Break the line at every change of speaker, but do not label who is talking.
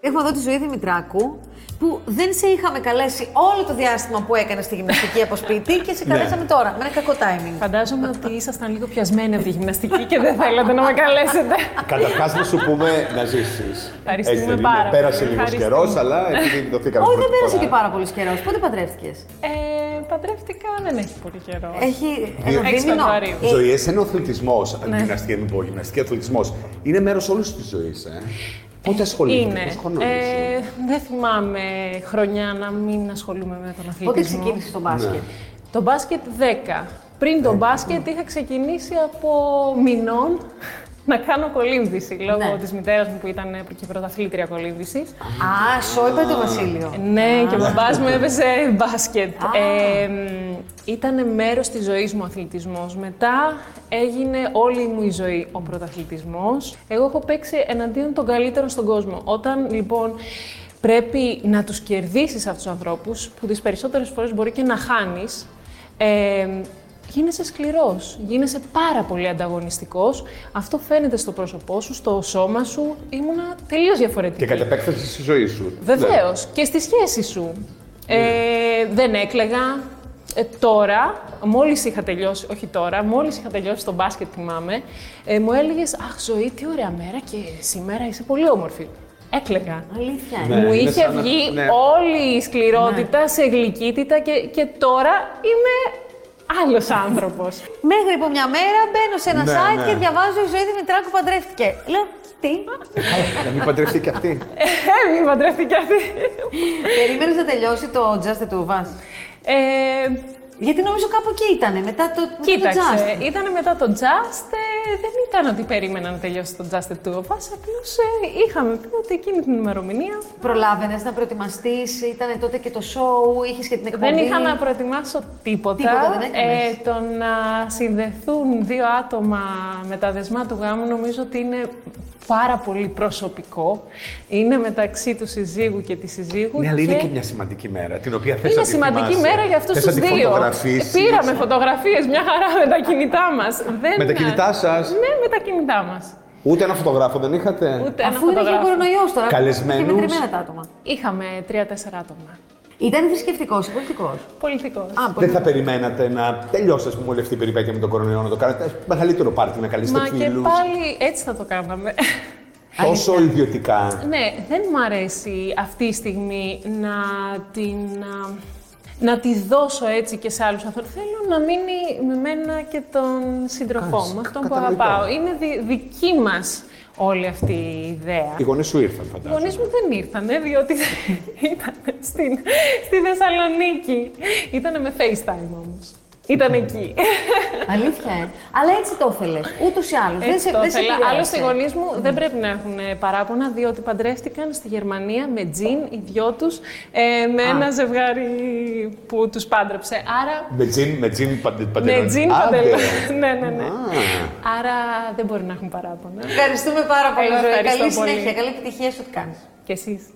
Έχουμε εδώ τη ζωή Δημητράκου, που δεν σε είχαμε καλέσει όλο το διάστημα που έκανε τη γυμναστική από σπίτι και σε
Ναι.
καλέσαμε τώρα. Με ένα κακό timing.
Φαντάζομαι ότι ήσασταν λίγο πιασμένοι από τη γυμναστική και δεν θέλατε να με καλέσετε.
Καταρχάς να σου πούμε να ζήσεις.
Ευχαριστούμε πάρα πολύ.
Πέρασε λίγο
Ευχαριστούμε.
καιρός, αλλά επειδή δοθήκαμε.
Όχι, δεν
πρώτη
πέρασε
φορά.
και πάρα πολύ καιρός. Πότε παντρεύτηκες.
Ε, παντρεύτηκα, δεν έχει πολύ καιρό.
Έχει ένα
Έξι
δίμηνο.
Φεβρουαρίου.
Ε,
Ζωή, εσένα ο αθλητισμός.
Ναι.
Γυμναστική, μην πω γυμναστική, αθλητισμός. Είναι μέρος όλης της ζωής. Ε. Πότε ασχολείσαι,
Είναι.
πόσο χρονών είσαι.
Ε, δεν θυμάμαι χρονιά να μην ασχολούμαι με τον αθλητισμό.
Πότε ξεκίνησε το μπάσκετ.
Ναι.
Το μπάσκετ 10. Πριν το
ναι.
μπάσκετ είχα ξεκινήσει από μηνών να κάνω κολύμβηση λόγω
Ναι.
της μητέρας μου που ήταν και πρωταθλήτρια κολύμβησης.
Α, σόιπα το Βασίλειο.
Ναι, και ο μπαμπάς μου έπαιζε μπάσκετ. Ε, ήταν μέρος της ζωής μου ο αθλητισμός. Μετά έγινε όλη μου η ζωή ο πρωταθλητισμός. Εγώ έχω παίξει εναντίον των καλύτερων στον κόσμο. Όταν λοιπόν πρέπει να τους κερδίσεις αυτούς τους ανθρώπους, που τις περισσότερες φορές μπορεί και να χάνεις, ε, Γίνεσαι σκληρός, γίνεσαι πάρα πολύ ανταγωνιστικός. Αυτό φαίνεται στο πρόσωπό σου, στο σώμα σου. Ήμουνα τελείως διαφορετική.
Και κατ' επέκταση στη ζωή σου.
Βεβαίως. Και στη σχέση σου.
Ναι.
Ε, δεν έκλαιγα. Ε, τώρα, μόλις είχα τελειώσει, όχι τώρα, μόλις είχα τελειώσει το μπάσκετ, θυμάμαι, ε, μου έλεγες «Αχ, ζωή, τι ωραία μέρα και σήμερα είσαι πολύ όμορφη». Έκλαιγα.
Αλήθεια. ε.
Ναι.
είναι.
μου
είναι
είχε
σαν να-
βγει
ναι.
όλη η σκληρότητα σε γλυκύτητα και, και τώρα είμαι άλλος άνθρωπος.
Μέχρι από μια μέρα μπαίνω σε ένα
Ναι,
site
ναι.
και διαβάζω η ζωή Δημητράκου παντρεύτηκε. Λέω, τι.
Ναι. Να μην παντρευτεί και αυτή.
Ε, μη παντρευτεί κι αυτή.
Περιμένω να τελειώσει το Just the Two of Us.
Ε,
Γιατί νομίζω κάπου εκεί ήτανε, μετά το, μετά το Just.
Κοίταξε, ήταν μετά το Just, ε, δεν ήταν ότι περίμενα να τελειώσει το Just the Two of Us, απλώς ε, είχαμε πει ότι εκείνη την ημερομηνία
Προλάβαινες να προετοιμαστείς, ήταν τότε και το show, είχες και την εκπομπή.
δεν είχα να προετοιμάσω τίποτα. Ε,
Τίποτα δεν έκανες.
το να συνδεθούν δύο άτομα με τα δεσμά του γάμου νομίζω ότι είναι πάρα πολύ προσωπικό. Είναι μεταξύ του συζύγου και της συζύγου.
Ναι, αλλά είναι και μια σημαντική μέρα, την οποία θες
ε. Είναι
να τη
σημαντική
θυμάσαι.
μέρα για αυτούς
Θες
του
να τη
δύο. Ε,
φωτογραφίσεις.
Πήραμε φωτογραφίες μια χαρά με τα κινητά μας.
Με τα κινητά σας.
Ναι, με τα κινητά μας.
Ούτε ένα φωτογράφο δεν είχατε.
Ούτε ένα
Αφού είναι και
φωτογράφο.
κορονοϊός τώρα.
Καλεσμένους.
Και μετρημένα τα άτομα.
Είχαμε τρία-τέσσερα άτομα.
Ήταν θρησκευτικός ή πολιτικός.
Πολιτικός.
Α,
Δεν
πολύ.
θα περιμένατε να τελειώσει, ας πούμε, όλη αυτή η περιπέτεια με τον κορονοϊό να το κάνετε. Μεγαλύτερο πάρτι να καλέσετε
Μα και
φίλους.
πάλι έτσι θα το κάναμε.
Τόσο ιδιωτικά.
ναι, δεν μου αρέσει αυτή η στιγμή να την. α, Να τη δώσω έτσι και σε άλλους ανθρώπους. Θέλω να μείνει με μένα και τον σύντροφό
Κάνεις,
μου,
κα-
αυτόν που
κατανοητό.
αγαπάω. Είναι δι- δική μας όλη αυτή η ιδέα.
Οι γονείς σου ήρθαν,
Οι γονείς
φαντάζομαι.
μου δεν ήρθανε, διότι ήταν στην, στη Θεσσαλονίκη. Ήτανε με FaceTime όμως. Ήταν εκεί.
Αλήθεια, ε. Αλλά έτσι το ήθελες. Ούτως ή άλλως. Δεν σε
Έτσι Ε, το
δεν σε
ήθελα.
επηρέασε.
Άλλωστε, οι γονείς μου δεν πρέπει να έχουν ε, παράπονα, διότι παντρεύτηκαν στη Γερμανία με τζιν οι δυο τους με ένα ζευγάρι που τους πάντρεψε. Άρα.
Με τζιν, με τζιν παντε- παντελόνι.
Με τζιν
Άντε.
παντελώ. ναι, ναι, ναι.
Α.
Άρα δεν μπορεί να έχουν παράπονα.
Ευχαριστούμε πάρα πολύ.
Εγώ
Ζωή. Καλή
ευχαριστώ πολύ.
συνέχεια. Καλή επιτυχία σε ό,τι κάνει.
Κι εσείς.